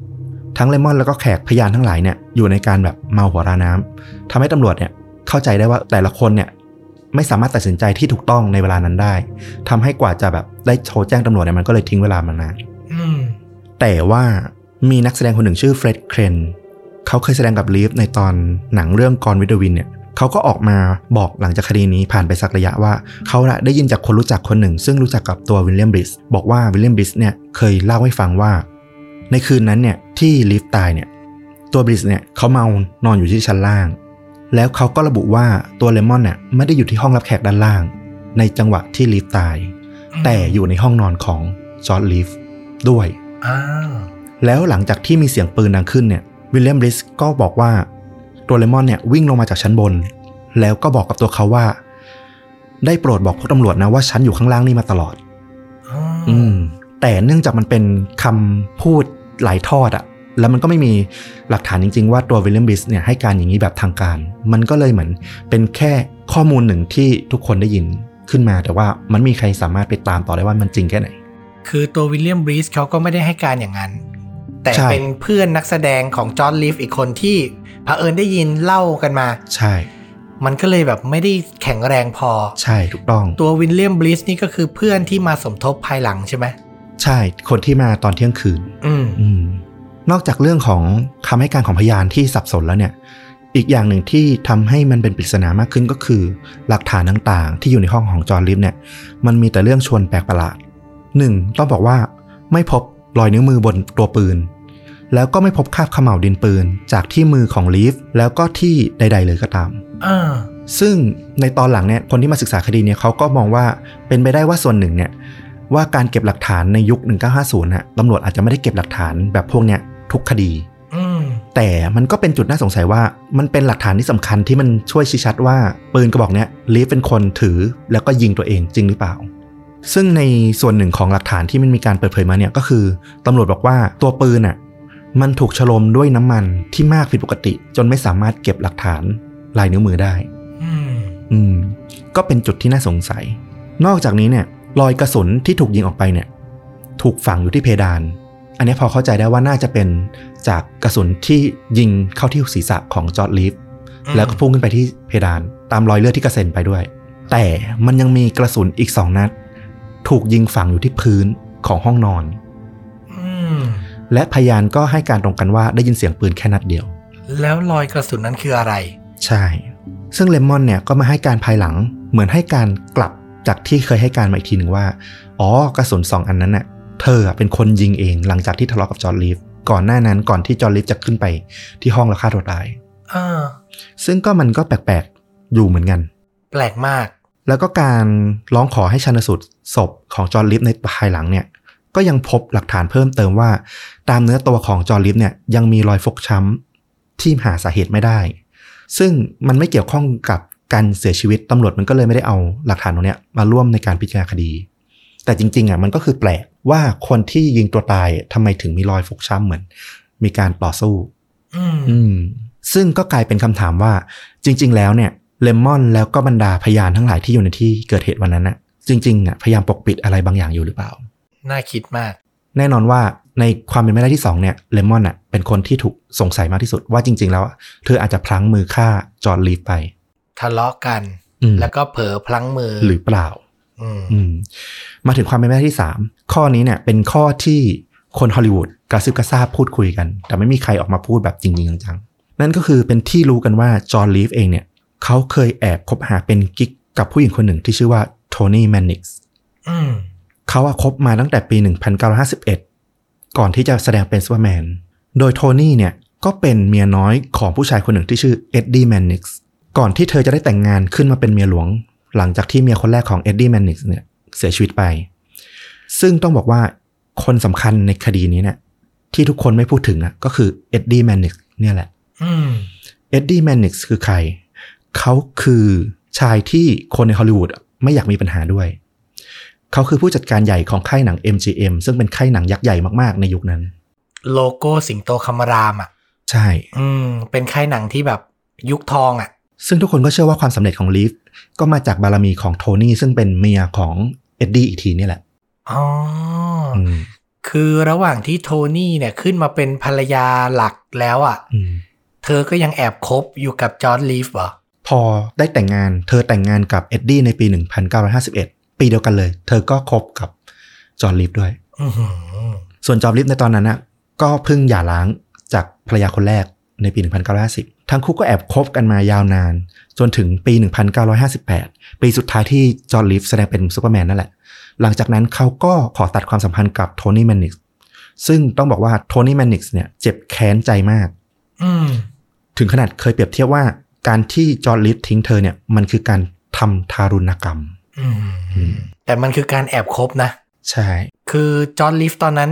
S2: ทั้งเลมอนแล้วก็แขกพยานทั้งหลายเนี่ยอยู่ในการแบบเมาหัวราน้ำทำให้ตำรวจเนี่ยเข้าใจได้ว่าแต่ละคนเนี่ยไม่สามารถตัดสินใจที่ถูกต้องในเวลานั้นได้ทำให้กว่าจะแบบได้โทรแจ้งตำรวจเนี่ยมันก็เลยทิ้งเวลามานาน
S1: อืม
S2: แต่ว่ามีนักแสดงคนหนึ่งชื่อเฟร็ดเครนเขาเคยแสดงกับลีฟในตอนหนังเรื่องกรวิดวินเนี่ยเขาก็ออกมาบอกหลังจากคดีนี้ผ่านไปสักระยะว่าเขาน่ะได้ยินจากคนรู้จักคนหนึ่ง ซึ่งรู้จักกับตัววิลเลียมบริสบอกว่าวิลเลียมบริสเนี่ยเคยเล่าให้ฟังว่า ในคืนนั้นเนี่ยที่ลีฟตายเนี่ยตัวบริสเนี่ยเขาเมานอนอยู่ที่ชั้นล่าง แล้วเขาก็ระบุว่าตัวเลมอนเนี่ยไม่ได้อยู่ที่ห้องรับแขกด้านล่าง ในจังหวะที่ลีฟตาย แต่อยู่ในห้องนอนของจอร์ดลีฟด้วย
S1: อ่า
S2: แล้วหลังจากที่มีเสียงปืนดังขึ้นเนี่ยวิลเลียมบริสก็บอกว่าตัวเลมอนเนี่ยวิ่งลงมาจากชั้นบน แล้วก็บอกกับตัวเขาว่า ได้โปรดบอกพวกตำรวจนะว่าฉันอยู่ข้างล่างนี่มาตลอด
S1: อื
S2: อื
S1: ม
S2: ม แต่เนื่องจากมันเป็นคำพูดหลายทอดอะแล้วมันก็ไม่มีหลักฐานจริง ๆ ว่าตัววิลเลียมบริสเนี่ยให้การอย่างนี้แบบทางการ มันก็เลยเหมือนเป็นแค่ข้อมูลหนึ่งที่ทุกคนได้ยินขึ้นมา แต่ว่ามันมีใครสามารถไปตามต่อได้ว่ามันจริงแค่ไหน
S1: คือตัววิลเลียมบรีสเขาก็ไม่ได้ให้การอย่างนั้น แต่
S2: ใช่
S1: เป็นเพื่อนนักแสดงของจอร์นลิฟอีกคนที่เผอิญได้ยินเล่ากันมา
S2: ใช่
S1: มันก็เลยแบบไม่ได้แข็งแรงพอ
S2: ใช่ถูกต้อง
S1: ตัววิลเลียมบรีสนี่ก็คือเพื่อนที่มาสมทบภายหลังใช่ไหม
S2: ใช่คนที่มาตอนเที่ยงคืน
S1: อืม
S2: อืมนอกจากเรื่องของคำให้การของพยานที่สับสนแล้วเนี่ย อีกอย่างหนึ่งที่ทำให้มันเป็นปริศนามากขึ้นก็คือ หลักฐานต่างๆ ที่อยู่ในห้องของจอร์นลิฟเนี่ย มันมีแต่เรื่องชวนแปลกประหลาดหนึ่งต้องบอกว่าไม่พบรอยนิ้วมือบนตัวปืน แล้วก็ไม่พบคราบเขม่าวดินปืน จากที่มือของลีฟแล้วก็ที่ใด ๆ เลยก็ตาม
S1: อ่า
S2: ซึ่งในตอนหลังเนี่ยคนที่มาศึกษาคดีเนี่ยเขาก็มองว่าเป็นไปได้ว่าส่วนหนึ่งเนี่ยว่าการเก็บหลักฐานในยุค 1950นะตำรวจอาจจะไม่ได้เก็บหลักฐานแบบพวกเนี้ยทุกคดี
S1: อืม
S2: แต่มันก็เป็นจุดน่าสงสัยว่ามันเป็นหลักฐานที่สำคัญที่มันช่วยชี้ชัดว่าปืนกระบอกเนี้ยลีฟเป็นคนถือแล้วก็ยิงตัวเองจริงหรือเปล่า ซึ่งในส่วนหนึ่งของหลักฐานที่มันมีการเปิดเผยมาเนี่ยก็คือตำรวจบอกว่าตัวปืนอ่ะมันถูกฉลมด้วยน้ำมันที่มากผิดปกติ จนไม่สามารถเก็บหลักฐานลายนิ้วมือได้
S1: อืม
S2: อืมก็เป็นจุดที่น่าสงสัย นอกจากนี้เนี่ยรอยกระสุนที่ถูกยิงออกไปเนี่ย ถูกฝังอยู่ที่เพดาน อันนี้พอเข้าใจได้ว่าน่าจะเป็นจากกระสุนที่ยิงเข้าที่ศีรษะของจอร์ดลีฟ
S1: อืม
S2: แล้วก็พุ่งขึ้นไปที่เพดานตามรอยเลือดที่กระเซ็นไปด้วย แต่มันยังมีกระสุนอีกสองนัด ถูกยิงฝังอยู่ที่พื้นของห้องนอน
S1: อืม
S2: และพยานก็ให้การตรงกันว่าได้ยินเสียงปืนแค่นัดเดียว
S1: แล้วรอยกระสุนนั้นคืออะไร
S2: ใช่ ซึ่งเลมอนเนี่ยก็มาให้การภายหลัง เหมือนให้การกลับจากที่เคยให้การมาอีกทีหนึ่งว่า อ๋อกระสุนสองอันนั้นน่ะ เธออะเป็นคนยิงเองหลังจากที่ทะเลาะกับจอร์นลีฟ ก่อนหน้านั้นก่อนที่จอร์นลีฟจะขึ้นไปที่ห้องแล้วฆ่าตัวตาย
S1: อ่า
S2: ซึ่งก็มันก็แปลกๆ อยู่เหมือนกัน
S1: แปลกมาก
S2: แล้วก็การร้องขอให้ชันสูตรศพของจอร์นลิฟในภายหลังเนี่ย ก็ยังพบหลักฐานเพิ่มเติมว่า ตามเนื้อตัวของจอร์นลิฟเนี่ยยังมีรอยฟกช้ำที่หาสาเหตุไม่ได้ ซึ่งมันไม่เกี่ยวข้องกับการเสียชีวิตตำรวจมันก็เลยไม่ได้เอาหลักฐานตรงเนี้ยมาร่วมในการพิจารณาคดี แต่จริงๆอ่ะมันก็คือแปลกว่าคนที่ยิงตัวตายทำไมถึงมีรอยฟกช้ำเหมือน มีการต่อสู้
S1: อืม
S2: อืมซึ่งก็กลายเป็นคำถามว่าจริง ๆ แล้วเนี่ยเลมอนแล้วก็บรรดาพยานทั้งหลายที่อยู่ในที่เกิดเหตุวันนั้นน่ะจริงๆอ่ะพยายามปกปิดอะไรบางอย่างอยู่หรือเปล่า
S1: น่าคิดมาก
S2: แน่นอนว่าในความเป็นไปได้ที่สองเนี่ยเลมอนอ่ะเป็นคนที่ถูกสงสัยมากที่สุดว่าจริง ๆ แล้วอ่ะเธออาจจะพลั้งมือฆ่าจอร์นลีฟไป
S1: ทะเลาะกัน
S2: อืม
S1: แล้วก็เผลอพลั้งมือ
S2: หรือเปล่า
S1: อืม
S2: อืมมาถึงความเป็นไปได้ที่ 3 ข้อนี้เนี่ยเป็นข้อที่คนฮอลลีวูดกระซิบกระซาบพูดคุยกัน แต่ไม่มีใครออกมาพูดแบบจริงจจังๆ นั่นก็คือเป็นที่รู้กันว่าจอห์นลีฟเองเนี่ยเขาเคยแอบคบหาเป็นกิ๊กกับผู้หญิงคนหนึ่งที่ชื่อว่าโทนี่แมนนิกส์
S1: อืม
S2: เขาอะคบมาตั้งแต่ปี 1951 ก่อนที่จะแสดงเป็นซูเปอร์แมน โดยโทนี่เนี่ย ก็เป็นเมียน้อยของผู้ชายคนหนึ่งที่ชื่อเอ็ดดี้แมนนิกส์ก่อนที่เธอจะได้แต่งงานขึ้นมาเป็นเมียหลวง หลังจากที่เมียคนแรกของเอ็ดดี้แมนนิกส์เนี่ยเสียชีวิตไป ซึ่งต้องบอกว่าคนสำคัญในคดีนี้เนี่ยที่ทุกคนไม่พูดถึงอะก็คือเอ็ดดี้แมนนิกส์เนี่ยแหละ
S1: อืม
S2: เอ็ดดี้แมนนิกส์คือใคร เขาคือชายที่คนในฮอลลีวูดไม่อยากมีปัญหาด้วย เขาคือผู้จัดการใหญ่ของค่ายหนัง MGM ซึ่งเป็นค่ายหนังยักษ์ใหญ่มากๆในยุคนั้น
S1: โลโก้สิงโตคำรามอ่ะ
S2: ใช่
S1: อืม เป็นค่ายหนังที่แบบยุคทองอ่ะ
S2: ซึ่งทุกคนก็เชื่อว่าความสำเร็จของลีฟก็มาจากบารมีของโทนี่ซึ่งเป็นเมียของเอ็ดดี้อีกทีนี่แหละ
S1: อ๋ออ
S2: อืม
S1: คือระหว่างที่โทนี่เนี่ยขึ้นมาเป็นภรรยาหลักแล้วอ่ะ
S2: อืม
S1: เธอก็ยังแอบคบอยู่กับจอร์ดลีฟเหรอ
S2: พอได้แต่งงานเธอแต่งงานกับเอ็ดดี้ในปี 1951 ปีเดียวกันเลย เธอก็คบกับจอห์นลีฟด้วย
S1: อือหือ
S2: ส่วนจอร์นลิฟในตอนนั้นนะก็เพิ่งหย่าร้างจากภรรยาคนแรกในปี 1950 ทั้งคู่ก็แอบคบกันมายาวนาน จนถึงปี 1958 ปีสุดท้ายที่จอร์นลิฟแสดงเป็นซูเปอร์แมนนั่นแหละ หลังจากนั้นเขาก็ขอตัดความสัมพันธ์กับโทนี่แมนนิกส์ซึ่งต้องบอกว่าโทนี่แมนนิกส์เนี่ยเจ็บแค้นใจมาก
S1: อืม
S2: ถึงขนาดเคยเปรียบเทียบว่าการที่จอร์นลิฟทิ้งเธอเนี่ยมันคือการทำทารุณกรรม
S1: อืม แต่มันคือการแอบคบนะ
S2: ใช่
S1: คือจอร์ดลิฟตอนนั้น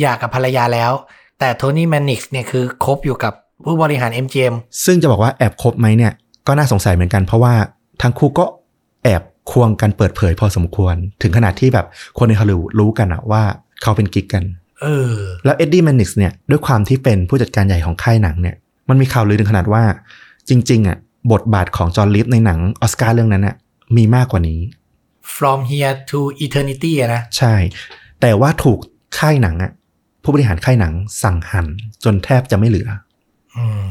S1: หย่ากับภรรยาแล้ว แต่โทนี่แมนนิกส์เนี่ยคือคบอยู่กับผู้บริหาร MGM
S2: ซึ่งจะบอกว่าแอบคบไหมเนี่ยก็น่าสงสัยเหมือนกันเพราะว่าทั้งคู่ก็แอบควงกันเปิดเผยพอสมควร ถึงขนาดที่แบบคนในฮอลลีวูดรู้กันอะว่าเขาเป็นกิ๊กกัน
S1: เออ
S2: แล้วเอ็ดดี้แมนนิกส์เนี่ยด้วยความที่เป็นผู้จัดการใหญ่ของค่ายหนังเนี่ยมันมีข่าวลือถึงขนาดว่าจริงๆอะบทบาทของจอห์นลิฟในหนังออสการ์เรื่องนั้นอะมีมากกว่านี้
S1: from here to eternity อะนะ
S2: ใช่ แต่ว่าถูกค่ายหนังอะผู้บริหารค่ายหนังสั่งหันจนแทบจะไม่เหลือ
S1: อืม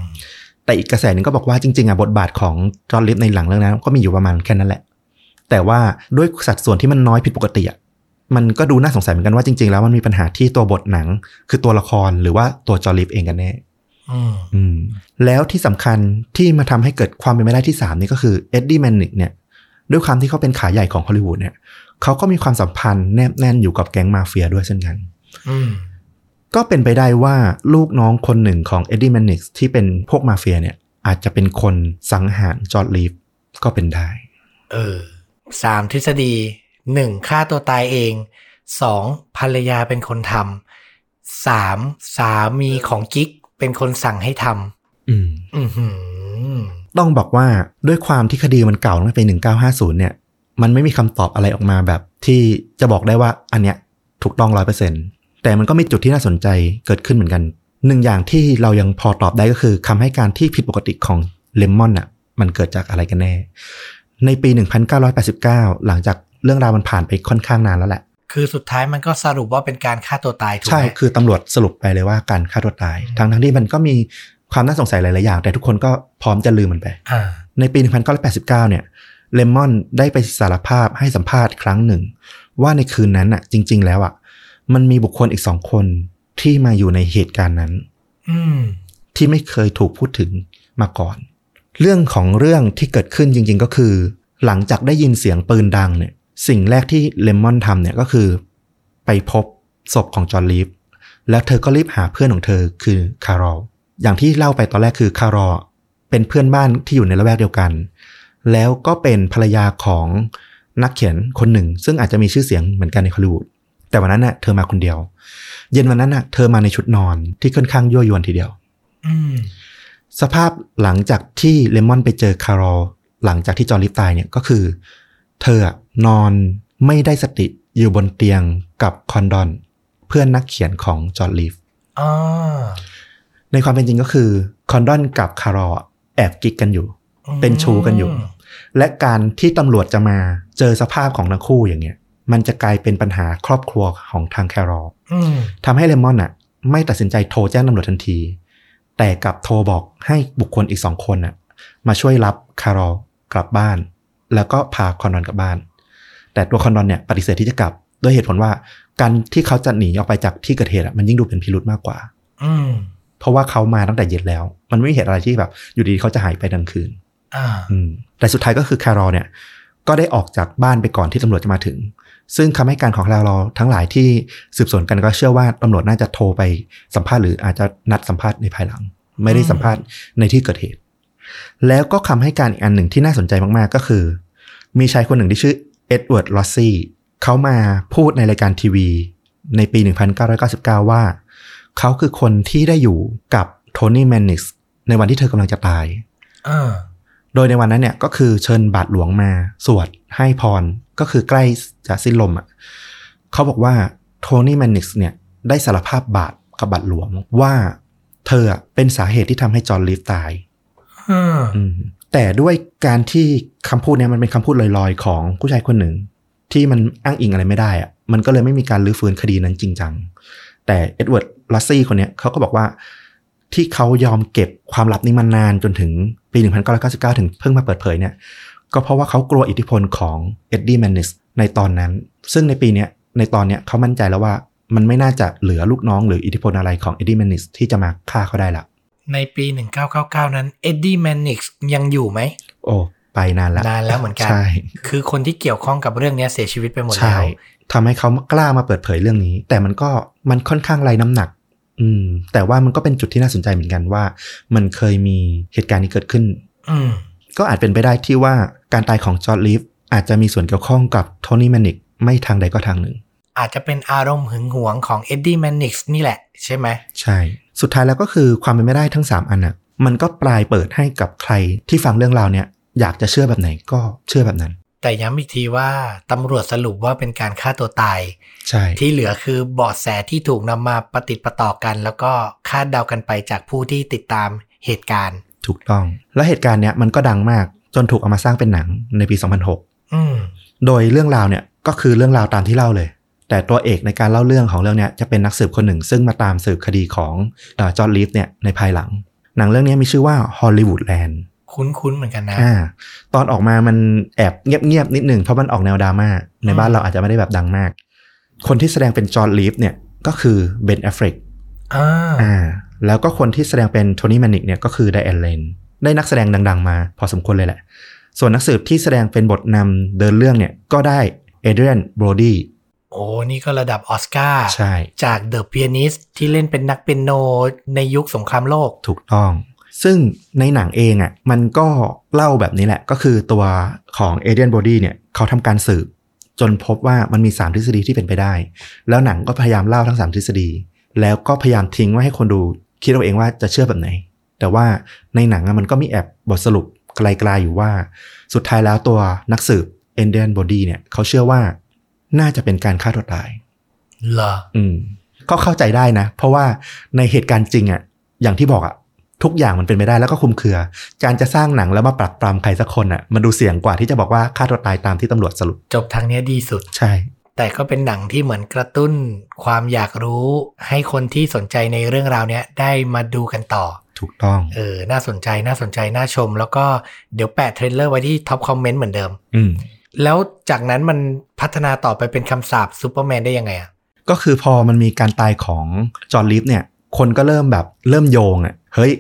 S2: แต่อีกกระแสหนึ่งก็บอกว่าจริงๆอ่ะบทบาทของจอห์นลิฟในหลังเรื่องนั้นก็มีอยู่ประมาณแค่นั้นแหละ แต่ว่าด้วยสัดส่วนที่มันน้อยผิดปกติอ่ะมันก็ดูน่าสงสัยเหมือนกันว่าจริงๆแล้วมันมีปัญหาที่ตัวบทหนัง คือตัวละครหรือว่าตัวจอห์นลิฟเองกันแน่
S1: อืม
S2: อืมแล้วที่สำคัญที่มาทำให้เกิดความเป็นไปได้ที่ 3 นี่ก็คือเอ็ดดี้แมนนิกเนี่ยด้วยความที่เขาเป็นขาใหญ่ของฮอลลีวูดเนี่ยเขาก็มีความสัมพันธ์แนบแน่นอยู่กับแก๊งมาเฟียด้วยเช่นกัน
S1: อืม
S2: ก็เป็นไปได้ว่าลูกน้องคนหนึ่งของเอ็ดดี้แมนนิกที่เป็นพวกมาเฟียเนี่ย อาจจะเป็นคนสังหารจอร์ดลีฟก็เป็นได้
S1: เออสามทฤษฎีหนึ่งฆ่าตัวตายเองสองภรรยาเป็นคนทำสามสามีของกิ๊กเป็นคนสั่งให้ท
S2: อืม
S1: ำอือหือ
S2: ต้องบอกว่าด้วยความที่คดีมันเก่าตั้งแต่ปี1950 เนี่ย มันไม่มีคำตอบอะไรออกมาแบบ ที่จะบอกได้ว่าอันเนี้ยถูกต้องร้อยเปอร์เซ็นแต่มันก็มีจุดที่น่าสนใจเกิดขึ้นเหมือนกัน หนึ่งอย่างที่เรายังพอตอบได้ก็คือคำให้การที่ผิดปกติของเลมอนอ่ะมันเกิดจากอะไรกันแน่ ในปี 1989 หลังจากเรื่องราวมันผ่านไปค่อนข้างนานแล้วแหละ
S1: คือสุดท้ายมันก็สรุปว่าเป็นการฆ่าตัวตายถูก
S2: ใช่
S1: ไหม
S2: คือตำรวจสรุปไปเลยว่าการฆ่าตัวตาย
S1: อืม
S2: ทั้งทั้งที่มันก็มีความน่าสงสัยหลาย ๆ อย่าง แต่ทุกคนก็พร้อมจะลืมมันไป
S1: อ่า
S2: ในปี 1989 เนี่ยเลมอนได้ไปสารภาพให้สัมภาษณ์ครั้งหนึ่ง ว่าในคืนนั้นน่ะ จริง ๆ แล้วอ่ะ มันมีบุคคลอีกสองคนที่มาอยู่ในเหตุการณ์นั้น
S1: อืม
S2: ที่ไม่เคยถูกพูดถึงมาก่อน เรื่องของเรื่องที่เกิดขึ้นจริง ๆ ก็คือ หลังจากได้ยินเสียงปืนดังเนี่ย สิ่งแรกที่เลมอนทำเนี่ยก็คือ ไปพบศพของจอร์นลีฟแล้วเธอก็รีบหาเพื่อนของเธอคือคารอลอย่างที่เล่าไปตอนแรกคือคารอลเป็นเพื่อนบ้านที่อยู่ในละแวกเดียวกัน แล้วก็เป็นภรรยาของนักเขียนคนหนึ่ง ซึ่งอาจจะมีชื่อเสียงเหมือนกันในฮอลลีวูดแต่วันนั้นน่ะเธอมาคนเดียว เย็นวันนั้นน่ะเธอมาในชุดนอนที่ค่อนข้างยั่วยวนทีเดียว
S1: อืม
S2: สภาพหลังจากที่เลมอนไปเจอคารอลหลังจากที่จอร์นลิฟตายเนี่ยก็คือ เธออะนอนไม่ได้สติอยู่บนเตียงกับคอนดอน เพื่อนนักเขียนของจอร์นลิฟ
S1: อ๋อ
S2: ในความเป็นจริงก็คือคอนดอนกับคารอลอะแอบกิ๊กกันอยู่ เป็นชู้กันอยู่ และการที่ตำรวจจะมาเจอสภาพของทั้งคู่อย่างเงี้ย มันจะกลายเป็นปัญหาครอบครัวของทางคารอล
S1: อืม
S2: ทำให้เลมอนอ่ะ ไม่ตัดสินใจโทรแจ้งตำรวจทันที แต่กลับโทรบอกให้บุคคลอีกสองคนน่ะ มาช่วยรับคารอลกลับบ้าน แล้วก็พาคอนดอนกลับบ้าน แต่ตัวคอนดอนเนี่ยปฏิเสธที่จะกลับ ด้วยเหตุผลว่าการที่เขาจะหนีออกไปจากที่เกิดเหตุอะมันยิ่งดูเป็นพิรุธมากกว่า
S1: อืม
S2: เพราะว่าเขามาตั้งแต่เย็นแล้ว มันไม่มีเหตุอะไรที่แบบ อยู่ดีๆเขาจะหายไปกลางคืน
S1: อ่า
S2: อืมแต่สุดท้ายก็คือคารอลเนี่ยก็ได้ออกจากบ้านไปก่อนที่ตำรวจจะมาถึง ซึ่งคำให้การของคารอลทั้งหลายที่สืบสวนกันก็เชื่อว่าตำรวจน่าจะโทรไปสัมภาษณ์หรืออาจจะนัดสัมภาษณ์ในภายหลัง ไม่ได้สัมภาษณ์ในที่เกิดเหตุ แล้วก็คำให้การอีกอันหนึ่งที่น่าสนใจมากๆก็คือ มีชายคนหนึ่งที่ชื่อเอ็ดเวิร์ดลอสซี่เขามาพูดในรายการทีวี ในปี 1999 ว่า เขาคือคนที่ได้อยู่กับโทนี่แมนนิสในวันที่เธอกำลังจะตาย
S1: อ่า
S2: โดยในวันนั้นเนี่ยก็คือเชิญบาทหลวงมาสวดให้พรก็คือใกล้จะสิ้นลมอ่ะเขาบอกว่าโทนี่แมนนิกส์เนี่ยได้สารภาพบาทกับบาทหลวงว่าเธออะเป็นสาเหตุที่ทำให้จอห์นลีฟตาย
S1: อ่า
S2: อืมแต่ด้วยการที่คำพูดเนี่ยมันเป็นคำพูดลอยๆ ของผู้ชายคนหนึ่ง ที่มันอ้างอิงอะไรไม่ได้อะมันก็เลยไม่มีการลื้อฟื้นคดีนั้นจริงจัง แต่เอ็ดเวิร์ดลัสซี่คนเนี้ยเขาก็บอกว่าที่เขายอมเก็บความลับนี้มานานจนถึงปี 1999 ถึงเพิ่งมาเปิดเผยเนี่ย ก็เพราะว่าเขากลัวอิทธิพลของเอ็ดดี้แมนนิสในตอนนั้น ซึ่งในปีเนี้ยในตอนเนี้ยเขามั่นใจแล้วว่ามันไม่น่าจะเหลือลูกน้องหรืออิทธิพลอะไรของเอ็ดดี้แมนนิสที่จะมาฆ่าเขาได้ละ
S1: ในปี 1999 นั้นเอ็ดดี้แมนนิกส์ยังอยู่ไหม
S2: โอ้ไปนานแล้ว
S1: นานแล้วเหมือนกัน
S2: ใช่
S1: คือคนที่เกี่ยวข้องกับเรื่องเนี้ยเสียชีวิตไปหมด
S2: ใช่
S1: แล้ว
S2: ทำให้เขากล้ามาเปิดเผยเรื่องนี้ แต่มันก็มันค่อนข้างไรน้ำหนัก อืม แต่ว่ามันก็เป็นจุดที่น่าสนใจเหมือนกันว่า มันเคยมีเหตุการณ์นี้เกิดขึ้น
S1: อืม
S2: ก็อาจเป็นไปได้ที่ว่าการตายของจอร์ดลีฟอาจจะมีส่วนเกี่ยวข้องกับโทนี่แมนนิกไม่ทางใดก็ทางหนึ่ง
S1: อาจจะเป็นอารมณ์หึงหวงของเอ็ดดี้แมนนิกส์นี่แหละใช่ไหม
S2: ใช่ สุดท้ายแล้วก็คือความเป็นไม่ได้ทั้ง 3 อันน่ะ มันก็ปลายเปิดให้กับใครที่ฟังเรื่องราวเนี่ย อยากจะเชื่อแบบไหนก็เชื่อแบบนั้น
S1: แต่ย้ำอีกทีว่าตำรวจสรุปว่าเป็นการฆ่าตัวตาย
S2: ใช่
S1: ที่เหลือคือเบาะแสที่ถูกนำมาปะติดประต่อกัน แล้วก็คาดเดากันไปจากผู้ที่ติดตามเหตุการณ์
S2: ถูกต้อง และเหตุการณ์เนี้ยมันก็ดังมากจนถูกเอามาสร้างเป็นหนังในปี 2006
S1: อืม
S2: โดยเรื่องราวเนี่ยก็คือเรื่องราวตามที่เล่าเลย แต่ตัวเอกในการเล่าเรื่องของเรื่องเนี่ยจะเป็นนักสืบคนหนึ่ง ซึ่งมาตามสืบคดีของจอร์ดลีฟเนี่ยในภายหลัง หนังเรื่องนี้มีชื่อว่าฮอลลีวูดแลนด์
S1: คุ้นๆเหมือนกันนะ
S2: อ่าตอนออกมามันแอบเงียบๆนิดหนึ่งเพราะมันออกแนวดราม่าในบ้านเราอาจจะไม่ได้แบบดังมาก คนที่แสดงเป็นจอร์ดลีฟเนี่ยก็คือเบนแอฟเฟลก
S1: อ่า
S2: อ่าแล้วก็คนที่แสดงเป็นโทนี่แมนนิกเนี่ยก็คือไดแอนเลนได้นักแสดงดัง ๆ มาพอสมควรเลยแหละ ส่วนนักสืบที่แสดงเป็นบทนำเดินเรื่องเนี่ยก็ได้เอเดรียนโบรดี้
S1: โอ้นี่ก็ระดับออสการ์
S2: ใช่
S1: จากเดอะเปียนิสที่เล่นเป็นนักเปียโนในยุคสงครามโลก
S2: ถูกต้อง ซึ่งในหนังเองอะ่ะมันก็เล่าแบบนี้แหละ ก็คือตัวของเอเดรียนโบรดี้เนี่ยเขาทำการสืบ จนพบว่ามันมี 3 ทฤษฎีที่เป็นไปได้ แล้วหนังก็พยายามเล่าทั้ง 3 ทฤษฎี แล้วก็พยายามทิ้งไว้ให้คนดูคิดเอาเองว่าจะเชื่อแบบไหน แต่ว่าในหนังอะมันก็มีแอบบทสรุปไกลๆอยู่ว่า สุดท้ายแล้วตัวนักสืบเอนเดนบอดี้เนี่ยเขาเชื่อว่าน่าจะเป็นการฆ่าตัวตาย
S1: เหรอ
S2: อืมก็เข้าใจได้นะ เพราะว่าในเหตุการณ์จริงอะอย่างที่บอกอะทุกอย่างมันเป็นไปได้แล้วก็คลุมเครือ การจะสร้างหนังแล้วมาปรับปรามใครสักคนอะมันดูเสี่ยงกว่าที่จะบอกว่าฆ่าตัวตายตามที่ตำรวจสรุป
S1: จบทางเนี้ยดีสุด
S2: ใช่
S1: แต่ก็เป็นหนังที่เหมือนกระตุ้น ความอยากรู้ให้คนที่สนใจในเรื่องราวเนี้ยได้มาดูกันต่อ
S2: ถูกต้อง
S1: เออ น่าสนใจ น่าสนใจ น่าชม แล้วก็เดี๋ยวแปะเทรลเลอร์ไว้ที่ท็อปคอมเมนต์เหมือนเดิม
S2: อืม
S1: แล้วจากนั้นมันพัฒนาต่อไปเป็นคำสาปซูเปอร์แมนได้ยังไงอ่ะ
S2: ก็คือพอมันมีการตายของจอร์นลิฟเนี่ย คนก็เริ่มแบบเริ่มโยงอะ่ะ เฮ้ย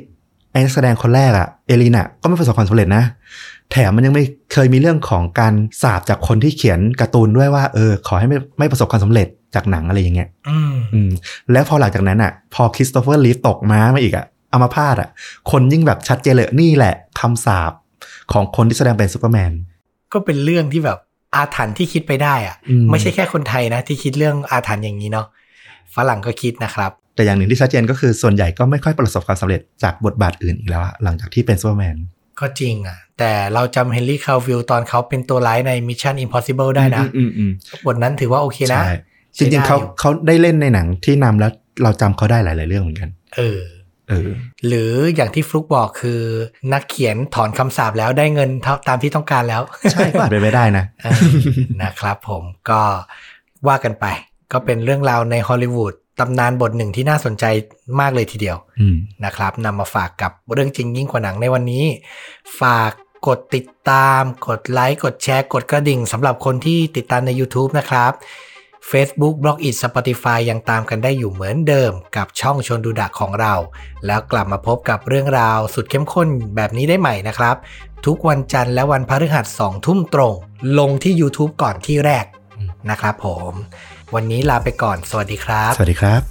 S2: ไอ้นักแสดงคนแรกอะ่ะ เอลินอะ่ะก็ไม่ประสบความสำเร็จนะ แถมมันยังไม่เคยมีเรื่องของการสาบจากคนที่เขียนการ์ตูนด้วยว่า เออ ขอให้ไม่ไม่ประสบความสำเร็จจากหนังอะไรอย่างเงี้ย
S1: อืม
S2: อืม แล้วพอหลังจากนั้นอะ่ะ พอคริสโตเฟอร์ลีฟตกม้ามาอีกอะ่ะ เอามาพาดอะ่ะ คนยิ่งแบบชัดเจนเลยนี่แหละคำสาบของคนที่แสดงเป็นซูเปอร์แมน
S1: ก็เป็นเรื่องที่แบบอาถรรพ์ที่คิดไปได้อ่ะ
S2: อืม
S1: ไม่ใช่แค่คนไทยนะ ที่คิดเรื่องอาถรรพ์อย่างนี้เนาะ ฝรั่งก็คิดนะครับ
S2: แต่อย่างหนึ่งที่ชัดเจนก็คือส่วนใหญ่ก็ไม่ค่อยประสบความสำเร็จจากบทบาทอื่นอีกแล้วอะหลังจากที่เป็นซูเปอร์แมน
S1: ก็จริงอ่ะ แต่เราจำเฮนรี่คาวิลตอนเขาเป็นตัวร้ายใน Mission Impossible ได้นะ
S2: อืมอืม
S1: บทนั้นถือว่าโอเค
S2: อืม
S1: นะ
S2: ใช่
S1: ใช้
S2: จริงๆเขา
S1: ได้อยู่
S2: เขาได้เล่นในหนังที่นำแล้วเราจำเขาได้หลาย ๆ เรื่องเหมือนกัน
S1: เออ
S2: เออ
S1: หรืออย่างที่ฟลุกบอกคือนักเขียนถอนคำสาปแล้วได้เงินเท่าตามที่ต้องการแล้ว
S2: ใช่ก็อาจเป็นไปได้นะ
S1: เออนะครับผมก็ว่ากันไป ก็เป็นเรื่องราวในฮอลลีวูดตำนานบทหนึ่งที่น่าสนใจมากเลยทีเดียว
S2: อืม
S1: นะครับนำมาฝากกับเรื่องจริงยิ่งกว่าหนังในวันนี้ ฝากกดติดตาม กดไลค์ กดแชร์ กดกระดิ่งสำหรับคนที่ติดตามใน YouTube นะครับ Facebook b l o g i t Spotify ยังตามกันได้อยู่เหมือนเดิม กับช่องชวนดูดักของเรา แล้วกลับมาพบกับเรื่องราวสุดเข้มข้นแบบนี้ได้ใหม่นะครับ ทุกวันจันทร์และวันพฤหัสสองทุ่มตรง ลงที่ YouTube ก่อนที่แรกนะครับผม วันนี้ลาไปก่อน สวัสดีครับ
S2: สวัสดีครับ